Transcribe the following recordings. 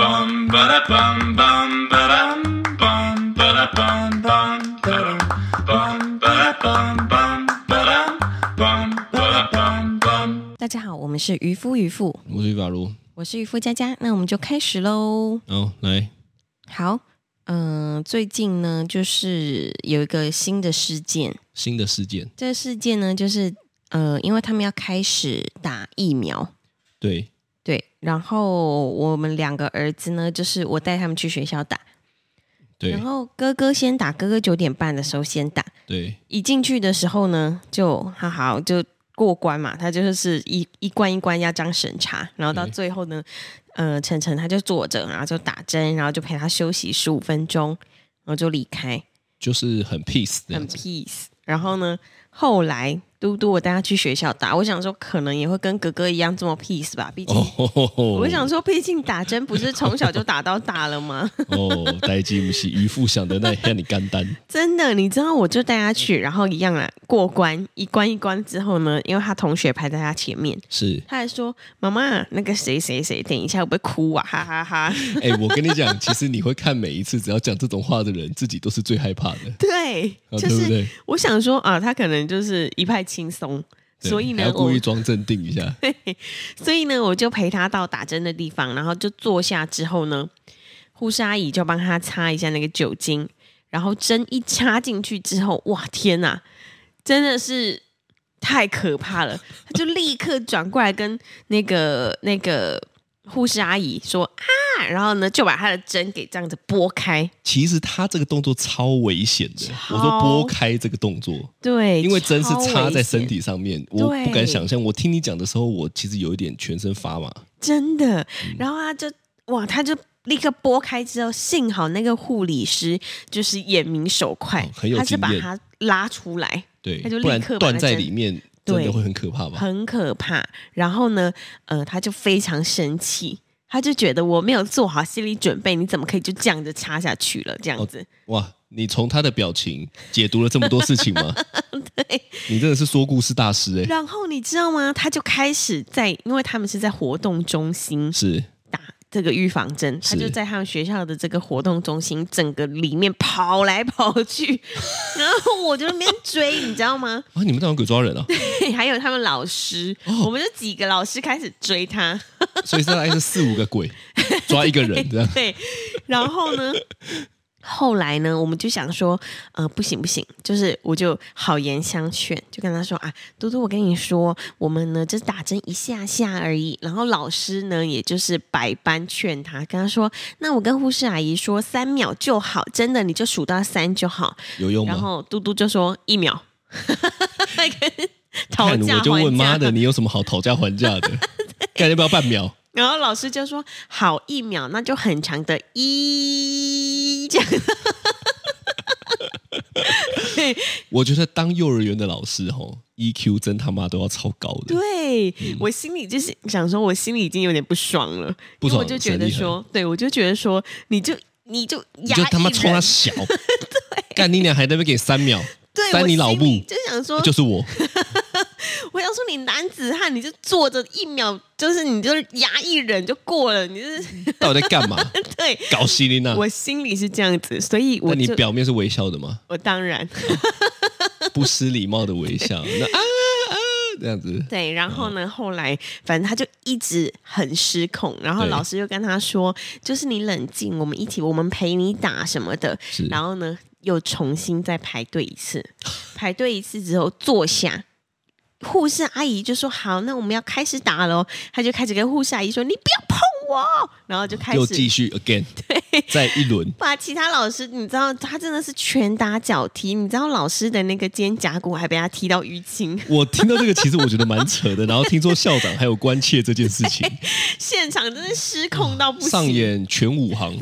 bum ba da bum bum ba dum bum ba da bum bum ba dum bum ba da bum bum ba dum bum ba da bum bum. 大家好，我们是渔夫渔妇，我是法如，我是渔夫佳佳，那我们就开始喽。好来，好，嗯、最近呢，就是有一个新的事件，新的事件，这个事件呢，就是呃，因为他们要开始打疫苗，对，对，然后我们两个儿子呢，就是我带他们去学校打，对然，后哥哥先打，哥哥九点半的时候先打，对，一进去的时候呢，就好好就过关嘛，他就是一一关一关要这样审查，然后到对最后呢，呃，晨晨他就坐着，然后就打针，然后就陪他休息十五分钟，然后就离开，就是很 peace 这样很子， peace。然后呢，后来嘟嘟我带他去学校打，我想说可能也会跟哥哥一样这么 peace 吧，毕竟、哦，我想说，毕竟打针不是从小就打到大了吗？ 哦，代金不是渔夫想的那让你干单， 真的，你知道，我就带他去，然后一样啦，过关一关一关之后呢，因为他同学排在他前面，是，他还说：“妈妈，那个谁谁谁，等一下我会哭啊， 哈哈 哈哎、我跟你 讲，其实你会看每一次只要讲这种话的人，自己都是最害怕的，对，啊、就对不是对？我想说啊，他可能就是一派轻松，对所以呢还要，我故意装镇定一下，所以呢，我就陪他到打针的地方，然后就坐下之后呢，护士阿姨就帮他擦一下那个酒精，然后针一插进去之后，哇，天哪，真的是太可怕了！他就立刻转过来跟那个 那个护士阿姨说啊，然后呢就把他的针给这样子拨开，其实他这个动作超危险的，超我说拨开这个动作，对，因为针是超插危在险身，体上面，我对不敢想象。我听你讲的时候，我其实有一点全身发麻。真的。嗯然后他就哇，他就。立刻拨开之后，幸好那个护理师就是眼明手快，哦很有他是经把验他拉出来，对，他就立不然刻把断那在针里面，对真的会很可怕吧？很可怕。然后呢，呃，他就非常生气，他就觉得我没有做好心理准备，你怎么可以就这样子插下去了？这样哦子，哇，你从他的表情解读了这么多事情吗？ 对。你真的是说故事大师哎、然后你知道吗？他就开始在，因为他们是在活动中心是打这个预防针，他是就在他们学校的这个活动中心整个里面跑来跑去， 然后我就在那边追，你知道吗？ 啊，你们当场鬼抓人啊，还有他们老师，我们就几个老师开始追他。，所以大概是四五个鬼抓一个人这样 对，然后 呢，后来呢，我们就想说，呃，不行不行，就是我就好言相劝，就跟他说啊，嘟嘟，我跟你说，我们呢就是打针一下下而已。然后老师呢，也就是百般劝他，跟他说，那我跟护士阿姨说三秒就好，真的你就数到三就好。有用然吗？后嘟嘟就说一 秒。 讨看价我就还问价妈的， 你有什么好讨价还价的？看要不要半秒？然后老师就说：“好，一秒，那就很长的一这样。 我觉得当幼儿园的老师吼，EQ 真他妈都要超高的。对、嗯我心里就是想说，我心里已经有点不爽了，不因为爽我就觉得谁厉害说，对我就觉得说，你就你就你压就他妈抑冲人 他小，干你俩还在那边给三秒，对扇我你老心里母就想说，就是我，我想说你男子汉，你就坐着一秒，就是你就压抑忍就过了，你就是 到底在干嘛？对搞西林娜？我心里是这样子，所以我嗯但你就表面是微笑的吗？ 我当然不失礼貌的微笑，那啊啊这样子，对，然嗯后呢，后来反正他就一直很失控，然后对老师就跟他说，就是你冷静，我们一起，我们陪你打什么的。是然后呢，又重新再排队一次，排队一次之后坐下。护士阿姨就说：“好，那我们要开始打喽。”他就开始跟护士阿姨说：“你不要碰我！”然后就开又始继续 again，再一轮，把其他老师，你知道，他真的是拳打脚踢，你知道老师的那个肩胛骨还被他踢到淤青。 我听到这个，其实我觉得蛮扯的。然后听说校长还有关切这件事 情，现场真的失控哎到不行，上演全武行。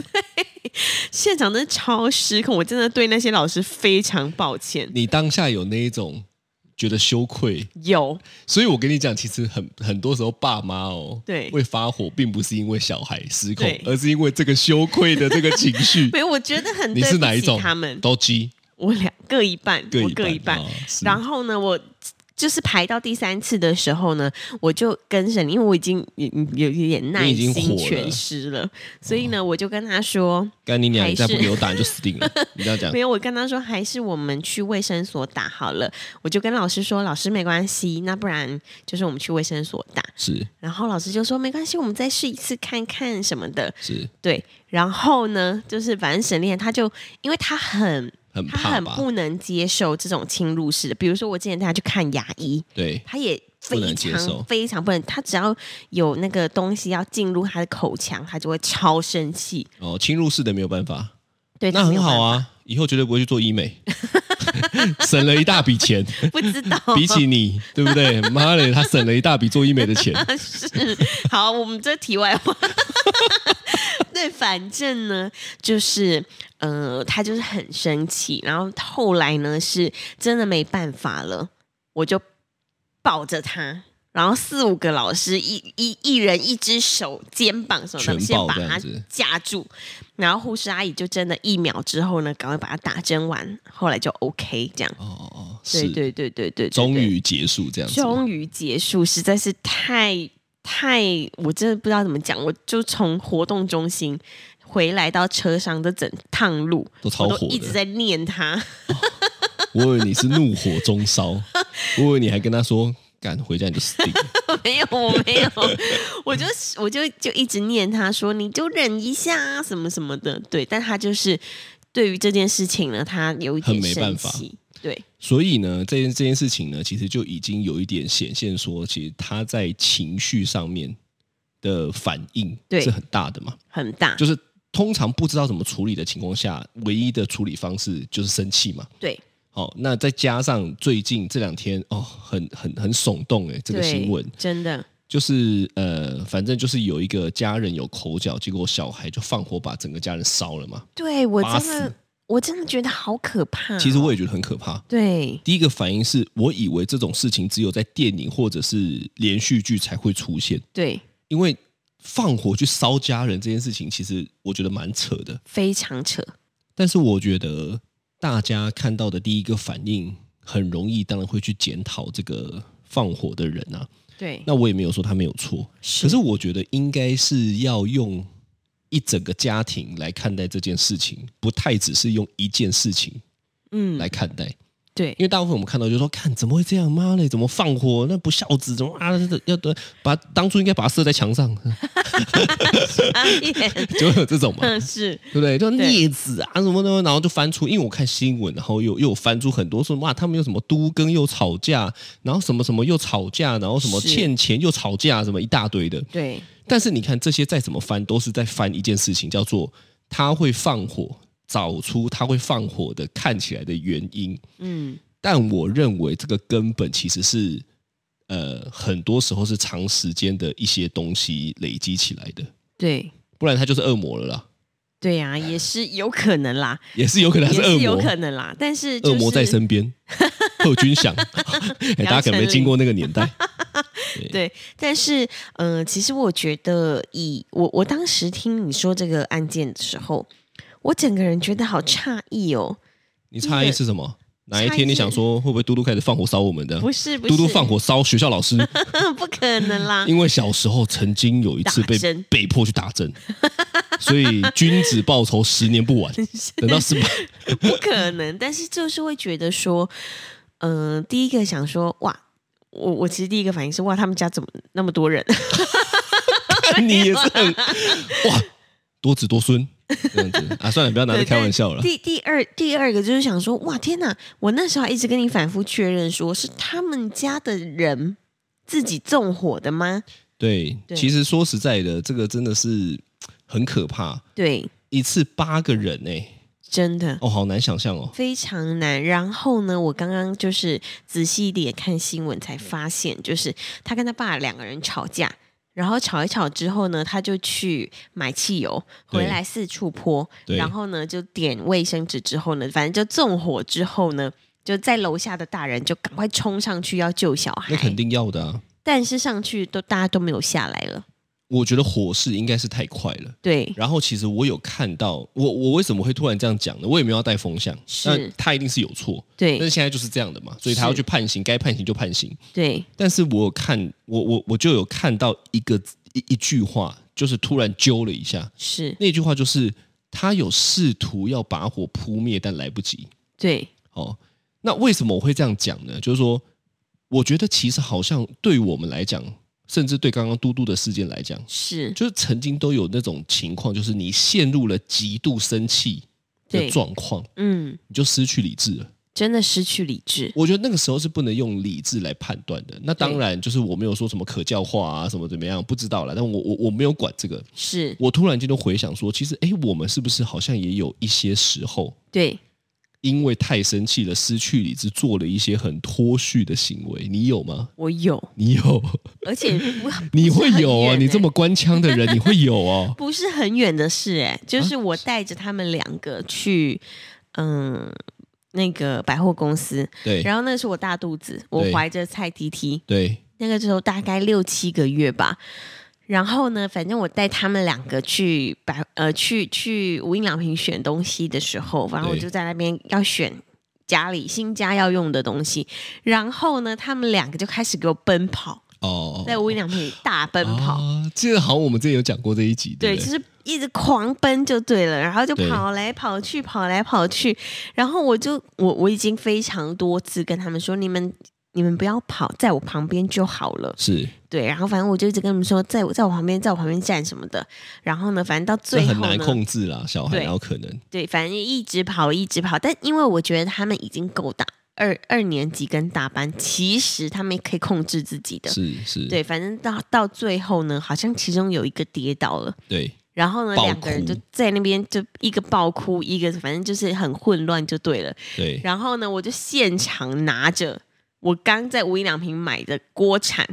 现场真的超失控，我真的对那些老师非常抱歉。你当下有那一种觉得羞愧，有所以我跟你讲，其实很很多时候爸妈哦，对会发火，并不是因为小孩失控对，。而是因为这个羞愧的这个情绪没有？我觉得很你 对是不哪一起种？他们，都鸡我两各一半，各我一各一半。哦是然后呢，我就是排到第三次的时候呢，我就跟沈，因为我已经有有有点耐你已经火心了哦全失了，所以呢，我就跟他说，干你娘！还你再不是给我打，你就死定 了！你这样讲没，有，我跟他说还是我们去卫生所打好了。我就跟老师说，老师没关系，那不然就是我们去卫生所打。是然后老师就说没关系，我们再试一次看看什么的。是对，然后呢，就是反正沈炼他就因为他很很他怕很吧？不能接受这种侵入式的，比如说我之前带他去看牙医，对，他也不非能接受常非常不能，他只要有那个东西要进入他的口腔，他就会超生气。哦，侵入式的没有办法，对，那他没很有好办啊，以后绝对不会去做 医美，省了一大笔钱，法，不知道 比起你，对不对？妈的，他省了一大笔做医美的 钱。是好，我们这题外话。 对，反正呢，就是呃，他就是很生气，然后后来呢，是真的没办法了，我就抱着他，然后四五个老师一一一人一只手肩膀什么的，全先抱把这样他子架住，然后护士阿姨就真的一秒之后呢，赶快把他打针完，后来就 OK 这样。哦哦哦，对是，对对对对对，终对于结束这样子。终于结束，实在是太太，我真的不知道怎么讲。我就从活动中心回来到车上的整趟路，都超我火都一的直在念他。我以为你是怒火中烧，我以为你还跟他说。干回家你就死定了， 没有，我没有，我就我就就一直念他说，你就忍一下啊，什么什么的。对，但他就是对于这件事情呢，他有一很点没办生法气。对，所以呢，这件这件事情呢，其实就已经有一点显现说，其实他在情绪上面的反应对是很大的嘛。很大。就是通常不知道怎么处理的情况下，唯一的处理方式就是生气嘛。对，好、那再加上最近这两天哦，很很很耸动诶，这个对新闻真的就是呃，反正就是有一个家人有口角，结果小孩就放火把整个家人烧了嘛。对我八真的死，我真的觉得好可怕哦、其实我也觉得很可怕。对第一个反应是我以为这种事情只有在电影或者是连续剧才会出现，对，因为放火去烧家人这件事情，其实我觉得蛮扯的。非常扯。但是我觉得大家看到的第一个反应，很容易当然会去检讨这个放火的人啊。对，那我也没有说他没有错，是可是我觉得应该是要用一整个家庭来看待这件事情，不太只是用一件事情嗯，来看待。对因为大部分我们看到就说，看怎么会这样？妈嘞，怎么放火？那不孝子，怎么啊？要得把当初应该把他射在墙上， 阿燕，就会有这种嘛。嗯，啊 是对不对？就对镊子啊什么的，然后就翻出，因为我看新闻，然后又又翻出很多说哇，他们又什么都跟又吵架，然后什么什么又吵架，然后什么是欠钱又吵架，什么一大堆的。对，但是你看这些再怎么翻，都是在翻一件事情，叫做他会放火，找出他会放火的看起来的原因。嗯，但我认为这个根本其实是。呃，很多时候是长时间的一些东西累积起来的，对不然他就是恶魔了啦，对呀、也是有可能 啦，也是有可能也啊他是恶魔，是有可能啦，但是、就是、恶魔在 身边，贺军翔， 哎大家可能没经过那个 年代。对，但是，嗯、其实我觉得以我我当时听你说这个案件的时候，我整个人觉得好诧异哦，你差异是什么？哪一天你想说会不会嘟嘟开始放火烧我们的？不是不是，嘟嘟放火烧学校老师， 不可能啦，因为小时候曾经有一次被打针被迫去打针，所以君子报仇十年 不晚。等到十八，不可能，但是就是会觉得说，嗯、第一个想说哇。我我其实第一个反应是哇，他们家怎么那么多人？ 你也是很哇，多子多孙这样子啊！算了，不要拿对，这开玩但笑了。第第二第二个就是想说，哇，天哪！我那时候还一直跟你反复确认说，是他们家的人自己纵火的吗？对，对其实说实在的，这个真的是很可怕，对，一次八个人哎、真的。哦，好难想象哦。非常难。然后呢，我刚刚就是仔细一点看新闻，才发现，就是他跟他爸两个人吵架，然后吵一吵之后呢，他就去买汽油，对回来四处泼，对然后呢就点卫生纸之后呢，反正就纵火之后呢。就在楼下的大人就赶快冲上去要救小孩那，肯定要的啊。但是上去都大家都没有下来了，我觉得火势应该是太快了。对，然后其实我有看到，我我为什么会突然这样讲呢？我也没有要带风向，是那他一定是有错，但是对，现在就是这样的嘛，所以他是要去判刑，该判刑就判刑。对，但是我有看，我我我就有看到一个一一句话，就是突然揪了一下，是，那句话就是他有试图要把火扑灭，但来不及。对，哦，那为什么我会这样讲呢？就是说，我觉得其实好像对我们来讲，甚至对刚刚嘟嘟的事件来讲，是，就是曾经都有那种情况，就是你陷入了极度生气的对状况，嗯，你就失去理智了。真的失去理智，我觉得那个时候是不能用理智来判断的。那当然，就是我没有说什么可教化啊，什么怎么样，不知道啦。但我我我没有管这个。是我突然间就回想说，其实诶，我们是不是好像也有一些时候，对，因为太生气了，失去理智，做了一些很脱序的行为？你有吗？我有，你有？ 而且不 你会有不是很哦？远你欸这么官腔的人，你会 有哦？不是很远的事、欸，哎，就是啊我带着他们两个去，嗯，那个百货公司，对然后那个是我大肚子，我对怀着蔡迪提，对那个时候大概六七个月吧。然后呢，反正我带他们两个去百呃去去无印良品选东西的时候，反正我对就在那边要选家里新家要用的东西。然后呢，他们两个就开始给我奔跑，哦，在无印良品大奔跑。啊，这个好像我们之前有讲过这一集，对，不对就是一直狂奔就对了，然后就对跑来跑去，跑来跑去，然后我就我我已经非常多次跟他们说，你们你们不要跑，在我旁边就好了。是对，然后反正我就一直跟他们说，在我在我旁边，在我旁边站什么的。然后呢，反正到这最很后难呢，控制啦，小孩对然后可能对，反正一直跑，一直跑。但因为我觉得他们已经够大，二二年级跟大班，其实他们可以控制自己的。是是，对，反正到到最后呢，好像其中有一个跌倒了。对然后呢，爆两个人哭就在那边就一个爆哭，一个反正就是很混乱就对了。对然后呢，我就现场拿着我刚在无印良品买的锅铲，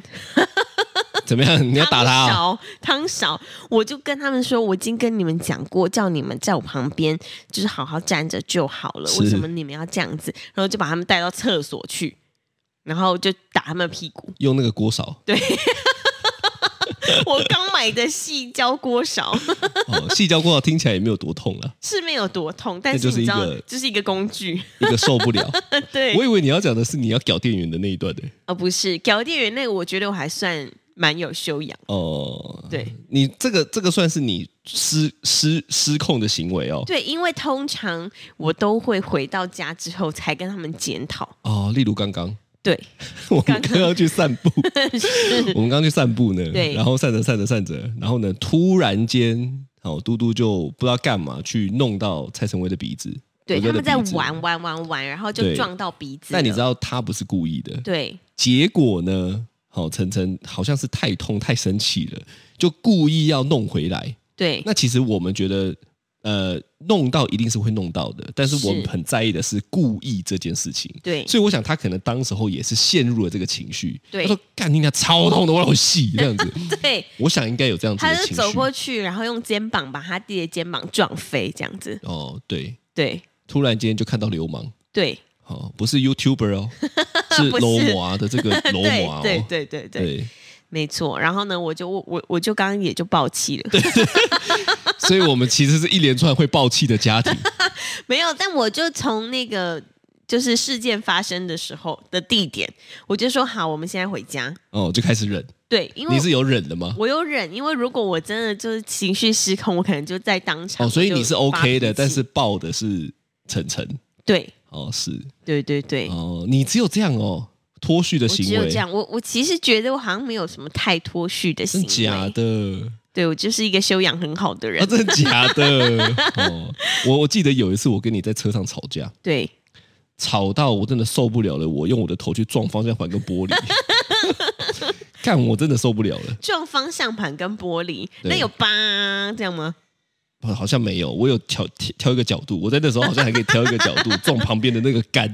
怎么样？你要打他汤啊、勺汤勺，我就跟他们说，我已经跟你们讲过，叫你们在我旁边就是好好站着就好了，是为什么你们要这样子？然后就把他们带到厕所去，然后就打他们屁 股。用那个锅勺我刚买的细胶锅勺 哦，细胶锅勺听起来也没有多痛啊了，是没有多痛，但那是就你是一知道个，就是一个工具。 一个受不了。对，我以为你要讲的是你要屌店员的那一段欸的、哦，不是，搞店员那个，我觉得我还算蛮有修养。哦。对你这个这个算是你失失失控的行为哦。对，因为通常我都会回到家之后才跟他们检讨。哦，例如 刚刚对，我们刚刚去散步，是 我们刚刚去散步呢，对然后散着散着散着，然后呢，突然间，哦，嘟嘟就不知道干嘛去弄到蔡成威的鼻子，对，我哥他的们在鼻子玩玩玩玩，然后就对撞到鼻子了。但你知道他不是故意的，对，结果呢，好、晨晨好像是太痛太生气了，就故意要弄回来。对那其实我们觉得，呃，弄到一定是会弄到的，但是我们是很在意的是故意这件事情。对所以我想他可能当时候也是陷入了这个情绪，对他说：“干你俩超痛的，我老细 这样子。对，”我想应该有这样子他的就情绪。走过去，然后用肩膀把他弟的肩膀撞飞，这样子。哦，对，对突然间就看到流氓，对哦，不是 YouTuber 哦，是不是罗马的这个罗对马哦，对对对对，对没错。然后呢，我就我我我就刚刚也就爆气了。所以我们其实是一连串会爆气的 家庭。没有，但我就从那个就是事件发生的时候的地点，我就说好，我们现在回家。哦，就开始忍。对，因为你是有忍的吗？我有忍，因为如果我真的就是情绪失控，我可能就在当场。哦，所以你就是发脾 OK 的，气但是爆的是晨晨。对哦，是对对对，哦，你只有这样哦，脱序的我行只有为这，样。我我其实觉得我好像没有什么太脱序的行真为，假的？对我就是一个修养很好的人。啊，真的假的？ 哦，我我记得有一次我跟你在车上吵架，对，吵到我真的受不了了，我用我的头去撞方向盘跟玻璃， 干我真的受不了了。撞方向盘跟玻璃，对那有吧这样吗？我好像没有，我有挑挑挑一个角度，我在那时候好像还可以挑一个角度 撞旁边的那个杆，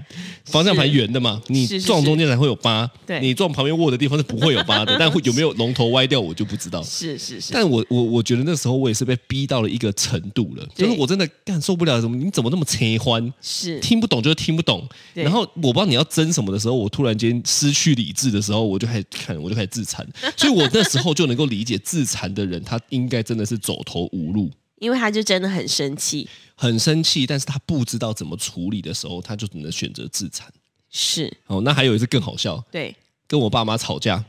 方向盘圆的嘛，你是是撞中间才会有疤，对你撞旁边握的地方是不会有疤的，但会有没有龙头歪掉我就不知道。是是是，但我我我觉得那时候我也是被逼到了一个程度了，对就是我真的干受不了，怎么你怎么那么切欢？是听不懂就是听不懂。对然后我不知道你要争什么的时候，我突然间失去理智的时候，我就开始看，我就开始自残。所以我那时候就能够理解自残的人，他应该真的是走投无路，因为他就真的很生气，很生气，但是他不知道怎么处理的时候，他就只能选择自残。是哦，那还有一次更好笑，对，跟我爸妈吵架，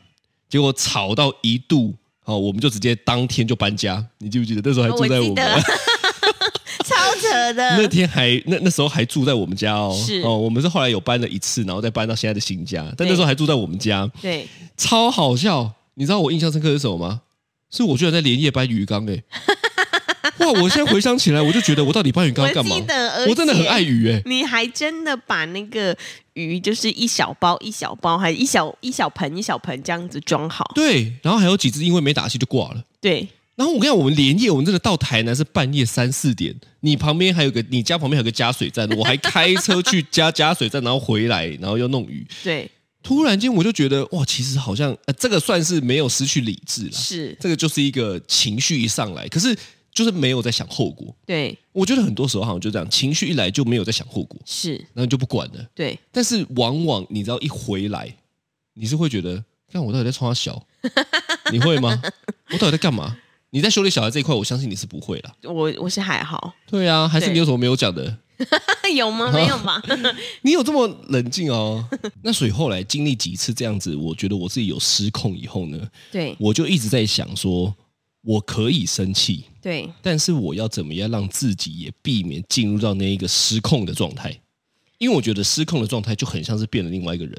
结果吵到一度。哦，我们就直接当天就搬家，你记不记得那时候还哦住在我记我们得 超扯 那的，天还那那时候还住在我们家哦，嗯是哦，我们是后来有搬了一次，然后再搬到现在的新家，但那时候还住在我们家，对，超好笑。你知道我印象深刻是什么吗？是我居然在连夜搬鱼缸 哎、哇！我现在回想起来，我就觉得我到底搬鱼缸干嘛我记？得而我真的很且爱鱼哎、你还真的把那个鱼，就是一小包一小包，还一小一小盆一小盆这样子装好。对，然后还有几只因为没打气就挂了。对，然后我跟你讲，我们连夜，我们真的到台南是半夜三四点。你旁边还有个，你家旁边还有个加水站，我还开车去加加水站，然后回来，然后要弄鱼。对，突然间我就觉得，哇，其实好像呃，这个算是没有失去理智了，是，这个就是一个情绪一上来，可是就是没有在想后果。对，我觉得很多时候好像就这样，情绪一来就没有在想后果，是，然后就不管了。对，但是往往你知道一回来，你是会觉得，看我到底在冲他 小，你会吗？我到底在干嘛？你在修理小孩这一块，我相信你是不会啦。我我是还 好，对啊，还是对你有什么没有讲的？有 吗？没有吧？ 你有这么冷静哦？那所以后来经历几次这样子，我觉得我自己有失控以后呢，对，我就一直在想说，我可以生气，对，但是我要怎么样让自己也避免进入到那一个失控的状态？因为我觉得失控的状态就很像是变了另外一个人，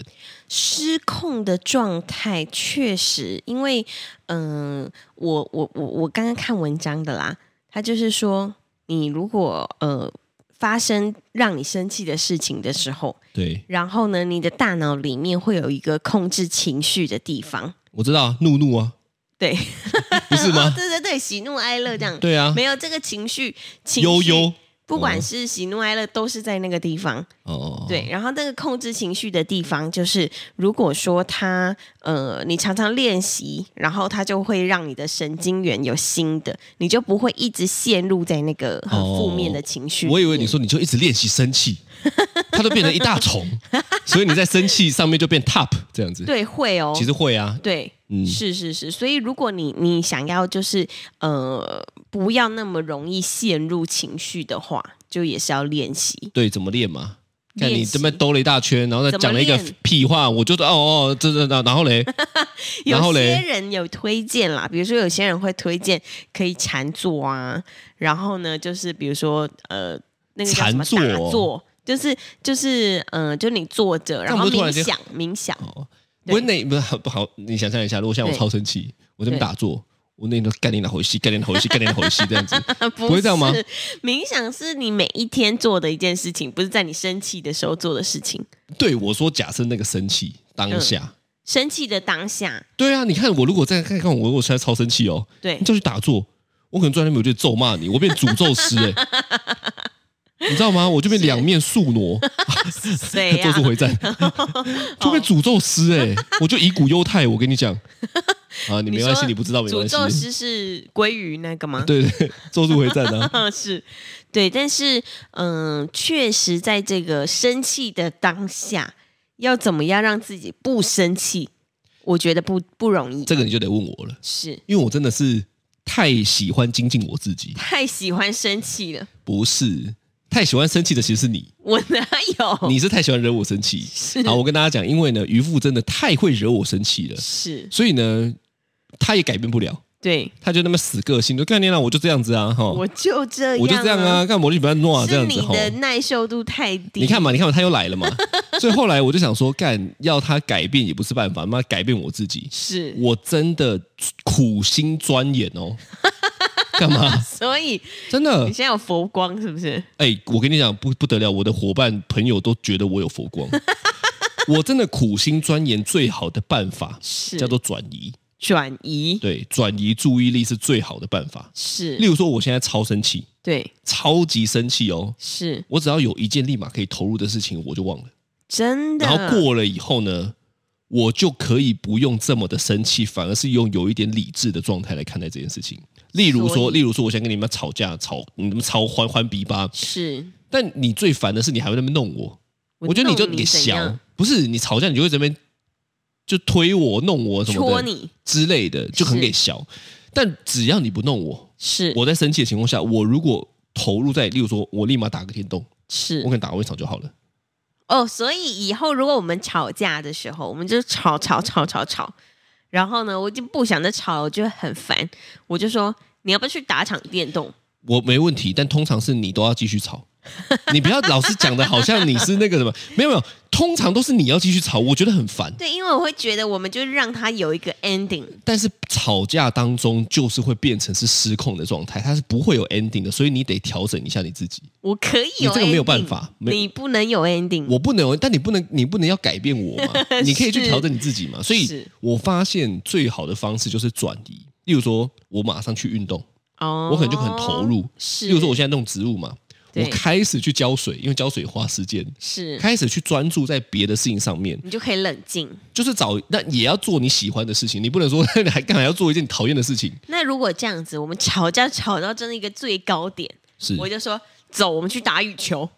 失控的状态确实，因为嗯、呃我我我我刚刚看文章的啦，他就是说，你如果呃发生让你生气的事情的时候，对然后呢，你的大脑里面会有一个控制情绪的地方，我知道啊，怒怒啊，对，不是哦 吗？对对对，喜怒哀乐这样，对啊，没有这个情绪，情绪悠悠不管是喜怒哀乐，都是在那个地方。哦，对，然后那个控制情绪的地方，就是如果说它呃，你常常练习，然后它就会让你的神经元有新的，你就不会一直陷入在那个很负面的情绪里面、哦我以为你说你就一直练习生 气，它都变成一大虫，所以你在生气上面就变 top 这样子。对会哦，其实会啊，对，嗯是是是，所以如果你你想要就是呃，不要那么容易陷入情绪的话，就也是要练习。对，怎么练嘛？看练你习这边兜了一大圈，然后再怎么讲了一个练屁话，我就哦哦，这这那然后嘞，然后有些嘞，人有推荐啦，比如说有些人会推荐可以禅坐啊，然后呢，就是比如说呃，那个叫什么禅坐哦打坐，就是就是嗯、呃就你坐着，然我后们突冥然间想冥想，对我那哦不好不好，你想象一下，如果像我对超生气，我这边对打坐，我那天都干你哪回戏，干你哪回戏，干你哪回戏这样子，不哦会这样吗是？冥想是你每一天做的一件事情，不是在你生气的时候做的事情。对我说，假设那个生气当下。嗯生气的当下，对啊，你看我如果再看看我，我现在超生气哦，对你，叫去打坐，我可能坐在那边我就咒骂你，我变诅咒师 哎、你知道吗？我就变两面宿傩， 谁哎咒呀、哦术 回战，就变诅咒师哎、我就以古犹太，我跟 你讲啊，你没关系，说你不知道没诅关系咒，师是鲑鱼那个吗？对对，咒术回战啊，嗯， 是对，但是嗯、确实在这个生气的当下，要怎么样让自己不生气，我觉得不不容易，这个你就得问我了，是因为我真的是太喜欢精进我自己，太喜欢生气了，不是太喜欢生气的，其实是你。我哪有？你是太喜欢惹我生气，好，我跟大家讲，因为呢，渔夫真的太会惹我生气了，是所以呢，他也改变不了，对，他就那么死个性，就干你啦，我就这样子啊，哈，我就这样、我就这样啊，，干我就不要弄啊，这是样子你哈。的耐受度太低，你看嘛，你看嘛，他又来了嘛， 所以后来我就想说，干要他改变也不是办法，妈改变我自己，是，我真的苦心钻研哦，干嘛？所以真的你，现在有佛光是不是？哎、我跟你讲，不不得了，我的伙伴朋友都觉得我有佛光， 我真的苦心钻研，最好的办法是叫做转移，转移，对，转移注意力是最好的办法。是例如说，我现在超生气，对，超级生气哦。是我只要有一件立马可以投入的事情，我就忘了。真的。然后过了以后呢，我就可以不用这么的生气，反而是用有一点理智的状态来看待这件事情。例如所说，以例如说，我想跟你们吵架，吵你们吵欢欢鼻巴，是，但你最烦的是你还会在那边弄我，我觉得你就弄你怎小样，不是你吵架你就会这边就推我、弄我什戳么的你之类的，就很是嗯给小。但只要你不弄我，是我在生气的情况下，我如果投入在，例如说，我立马打个电动，我是可能打完一场就好了。哦，所以以后如果我们吵架的时候，我们就吵吵吵吵吵，然后呢，我就不想再吵了，我就很烦，我就说你要不要去打场电动？我没问题，但通常是你都要继 续吵，你不要老是讲的好像你是那个什么，没有没有，通常都是你要继续吵，我觉得很烦。对，因为我会觉得我们就让他有一个 ending，但是吵架当中就是会变成是失控的状态，它是不会有 ending 的，所以你得调整一下你自己。我可以有 ending, 你这个没有办法没有你不能有 ending，我不能，但你不能，你不能要改变我嘛，你可以去 是调整你自己嘛。所以是我发现最好的方式就是转移，例如说我马上去运动，哦我可能就很投入是，例如说我现在弄植物嘛，对嗯我开始去浇水，因为浇水花时间，是开始去专注在别的事情上面，你就可以冷静。就是找那也要做你喜欢的事情，你不能说 还干嘛要做一件你讨厌的事情，那如果这样子，我们吵架吵到真的一个最高点，是我 我就说走，我们去打羽球。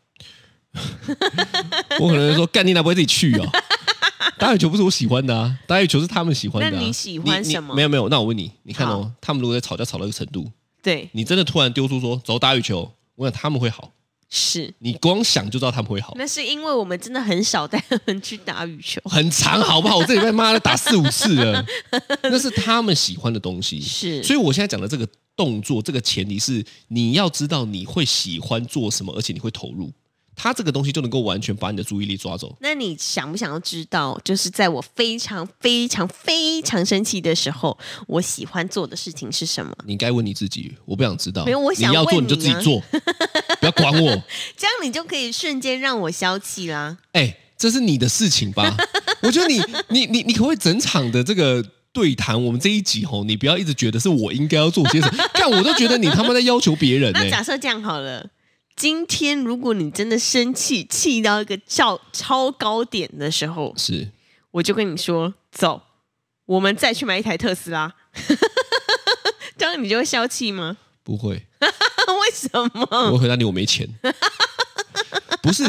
可能说干你哪不会自己去哦。 打羽球不是我喜欢的啊，打羽球是他们喜欢的、啊。那你喜欢你你什么没有没有，那我问你，你看哦，他们如果在吵架吵到一个程度，对，你真的突然丢出说走打羽球，我想他们会好，是，你光想就知道他们会好，那是因为我们真的很少带他们去打羽球。很长好不好？我这礼拜妈的打四五次 了，那是他们喜欢的东西。是，所以我现在讲的这个动作，这个前提是你要知道你会喜欢做什么，而且你会投入。它这个东西就能够完全把你的注意力抓走。那你想不想要知道，就是在我非常非常非常生气的时候，我喜欢做的事情是什么？你该问你自己，我不想知道。没有我想你要做问你啊你就自己做，不要管我。这样你就可以瞬间让我消气啦。哎、这是你的事 情吧？我觉得你你你你可不可以整场的这个对谈，我们这一集吼，你不要一直觉得是我应该要做 些什么，但我都觉得你他妈在要求别人呢、哎那假设这样好了，今天如果你真的生气，气到一个超超高点的时候，是我就跟你说，走，我们再去买一台特斯拉，这样你就会消气吗？ 不会。为什么？我会回答你，我没 钱。不是，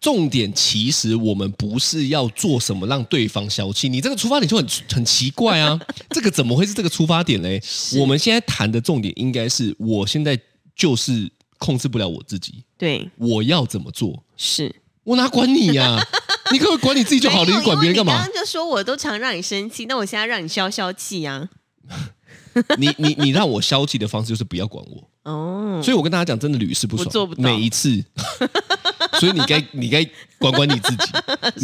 重点其实我们不是要做什么让对方消气，你这个出发点就很很奇怪 啊，这个怎么会是这个出发点嘞？我们现在谈的重点应该是，我现在就是控制不了我自己，对，我要怎么做，是我哪管你 呀、你可不可以管你自己就好了？没有你管别人干因为嘛你？刚刚就说我都常让你生气，那我现在让你消消气啊。你你你让我消气的方式就是不要管我。哦，所以我跟大家讲，真的屡试不爽，我做不到每 一次。所以你该你该管管你自 己，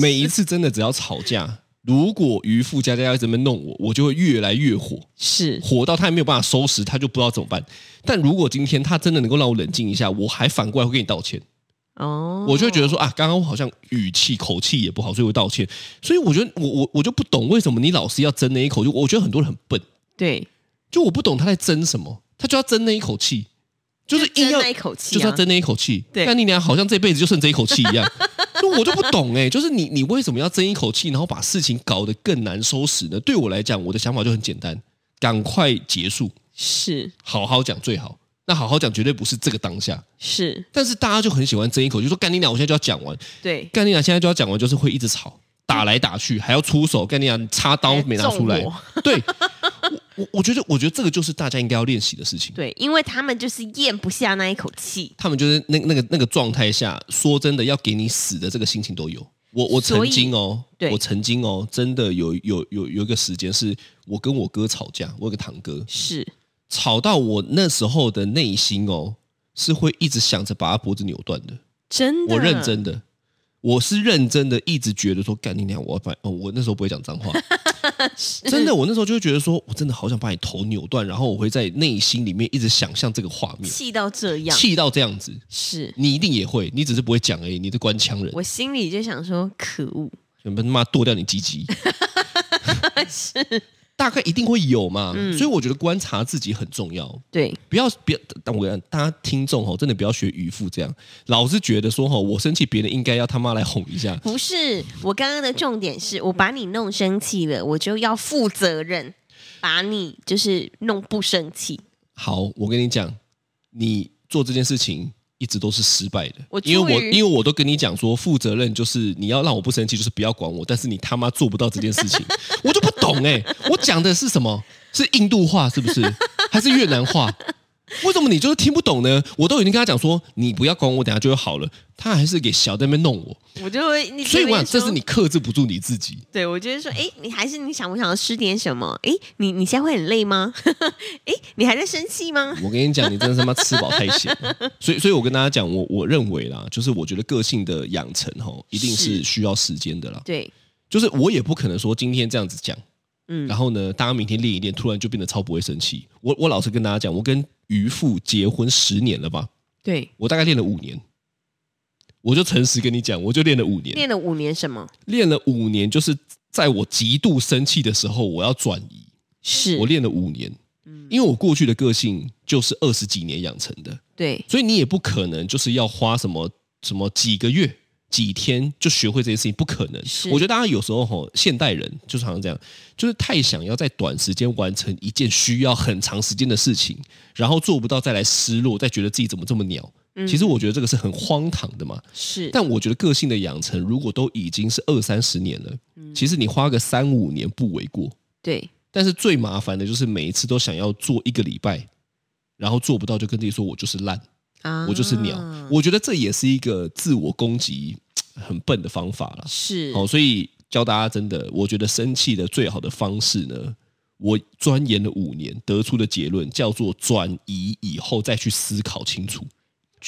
每一次真的只要吵架，如果渔夫家家要这么弄我，我就会越来越火，是火到他也没有办法收拾，他就不知道怎么办。但如果今天他真的能够让我冷静一下，我还反过来会跟你道歉，哦，我就会觉得说啊，刚刚我好像语气口气也不好，所以我道歉。所以我觉得我我我就不懂为什么你老是要争那一口气，我觉得很多人很笨，对，就我不懂他在争什么，他就要争那一口气，就是争硬要那一口气、啊，就是要争那一口气。对但你俩好像这辈子就剩这一口气一样，那我就不懂哎、就是你你为什么要争一口气，然后把事情搞得更难收拾呢？对我来讲，我的想法就很简单，赶快结束，是好好讲最好。那好好讲绝对不是这个当下，是，但是大家就很喜欢争一口气，就说干你俩，我现在就要讲完，对，干你俩现在就要讲完，就是会一直吵。打来打去，还要出手，干你俩插刀没拿出来哎还中。 对，我我我觉得，我觉得这个就是大家应该要练习的事情。对，因为他们就是咽不下那一口气，他们就是那那个那个状态下，说真的，要给你死的这个心情都有。我我所曾以经哦，对我曾经哦，真的有有有有一个时间是我跟我哥吵架，我有个堂哥是吵到我那时候的内心哦，是会一直想着把他脖子扭断的。真的，我认真的，我是认真的，一直觉得说干你娘，我要把、哦、我那时候不会讲脏 话，真的，我那时候就会觉得说我真的好想把你头扭断，然后我会在内心里面一直想象这个画面，气到这样，气到这样子。是你一定也会，你只是不会讲而已。你是官腔人，我心里就想说，可恶， 全部他妈剁掉你鸡鸡。是，大概一定会有嘛。嗯所以我觉得观察自己很重要，对，不要不要，但我跟你讲，大家听众吼，真的不要学渔夫这样，老是觉得说吼，我生气，别人应该要他妈来哄一下。不是我刚刚的重点是我把你弄生气了，我就要负责任，把你就是弄不生气。好，我跟你讲，你做这件事情一直都是失败的，我因为我终于因为我都跟你讲说，负责任就是你要让我不生气，就是不要管我，但是你他妈做不到这件事情， 我就不懂哎、我讲的是什么？是印度话是不 是？还是越南话？为什么你就是听不懂呢？我都已经跟他讲说，你不要管我，等下就会好了。他还是给小在那边弄我，我就会，你所以我边想这说是你克制不住你自己。对，我觉得说，哎，你还是你想不想要吃点什么？哎，你你现在会很累吗？ 哎，你还在生气吗？我跟你讲，你真的他妈吃饱太 闲了。所以，所以我跟大家讲，我我认为啦，就是我觉得个性的养成吼，一定是是需要时间的啦。对，就是我也不可能说今天这样子讲，嗯然后呢，大家明天练一练，突然就变得超不会生气。我我老实跟大家讲，我跟渔夫结婚十年了吧，对，我大概练了五年。我就诚实跟你讲，我就练了五年， 练了五年什么？练了五年，就是在我极度生气的时候，我要转移。是我，练了五年，嗯因为我过去的个性就是二十几年养成的，对，所以你也不可能就是要花什么什么几个月、几天就学会这件事情，不可能是。我觉得大家有时候吼，现代人就是好像这样，就是太想要在短时间完成一件需要很长时间的事情，然后做不到再来失落，再觉得自己怎么这么鸟。其实我觉得这个是很荒唐的嘛。嗯是，但我觉得个性的养成，如果都已经是二三十年了，嗯其实你花个三五年不为过。对，但是最麻烦的就是每一次都想要做一个礼拜，然后做不到就跟自己说我就是烂，啊，我就是鸟。我觉得这也是一个自我攻击很笨的方法了。是，好，所以教大家真的，我觉得生气的最好的方式呢，我钻研了五年得出的结论叫做转移以后再去思考清楚，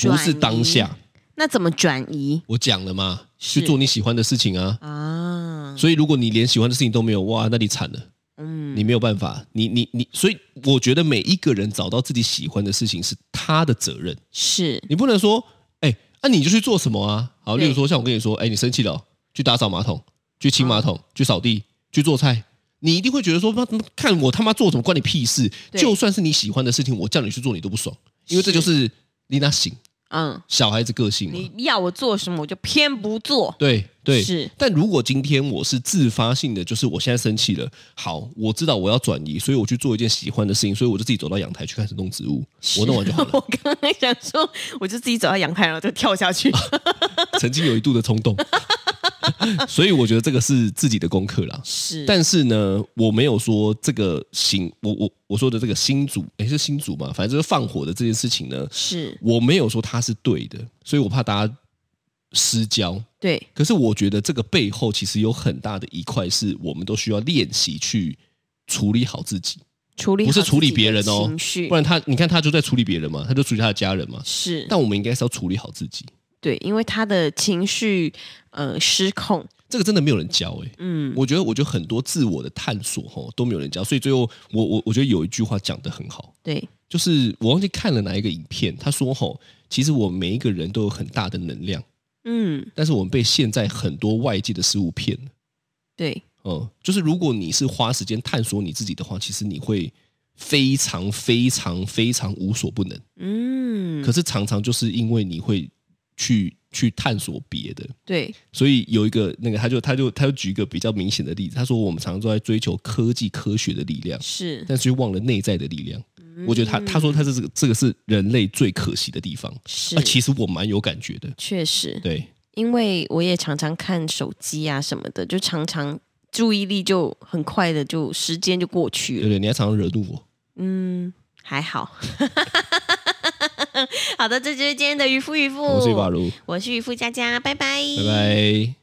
不是转移当下。那怎么转移我讲了嘛，是去做你喜欢的事情啊。啊？所以如果你连喜欢的事情都没有，哇，那你惨了。嗯，你没有办法，你你你，所以我觉得每一个人找到自己喜欢的事情是他的责任，是，你不能说，哎、那、你就去做什么啊？好，对例如说像我跟你说，哎、你生气了哦、去打扫马桶，去清啊马桶，去扫地，去做菜，你一定会觉得说，妈看我他妈做什么关你屁事？对就算是你喜欢的事情，我叫你去做你都不爽，因为这是就是你那行嗯，小孩子个性嘛，你要我做什么，我就偏不做。对对是但如果今天我是自发性的，就是我现在生气了，好，我知道我要转移，所以我去做一件喜欢的事情，所以我就自己走到阳台去开始弄植物，我弄完就好了。 我刚刚想说，我就自己走到阳台，然后就跳下啊去。曾经有一度的冲动， 所以我觉得这个是自己的功课啦。 是，但是呢，我没有说这个新，我我我说的这个新主，诶，是新主嘛？反正就是放火的这件事情呢，是我没有说它是对的，所以我怕大家失焦。对，可是我觉得这个背后其实有很大的一块是我们都需要练习去处理好自己，处理不是好自处理己别的人哦情绪不然他你看他就在处理别人嘛，他就处理他的家人嘛。是但我们应该是要处理好自己，对，因为他的情绪呃失控，这个真的没有人教哎、嗯，我觉得，我觉得很多自我的探索吼都没有人教，所以最后我我我觉得有一句话讲得很好，对，就是我忘记看了哪一个影片，他说吼，其实我们每一个人都有很大的能量，嗯，但是我们被现在很多外界的事物骗了。对，嗯，就是如果你是花时间探索你自己的话，其实你会非常非常非常无所不能。嗯可，是常常就是因为你会去去探索别的，对，所以有一个那个他就他就他就举一个比较明显的例子，他说我们常常都在追求科技科学的力量，是但是却忘了内在的力量。我觉得他他说他是这个这个是人类最可惜的地方，是啊，，其实我蛮有感觉的，确实，对。因为我也常常看手机啊什么的，就常常注意力就很快的就时间就过去对了，对，你还常常惹怒我。嗯，还好。 好的，这就是今天的渔夫渔夫，哦我是巴如，我是渔夫佳佳，拜拜，拜拜。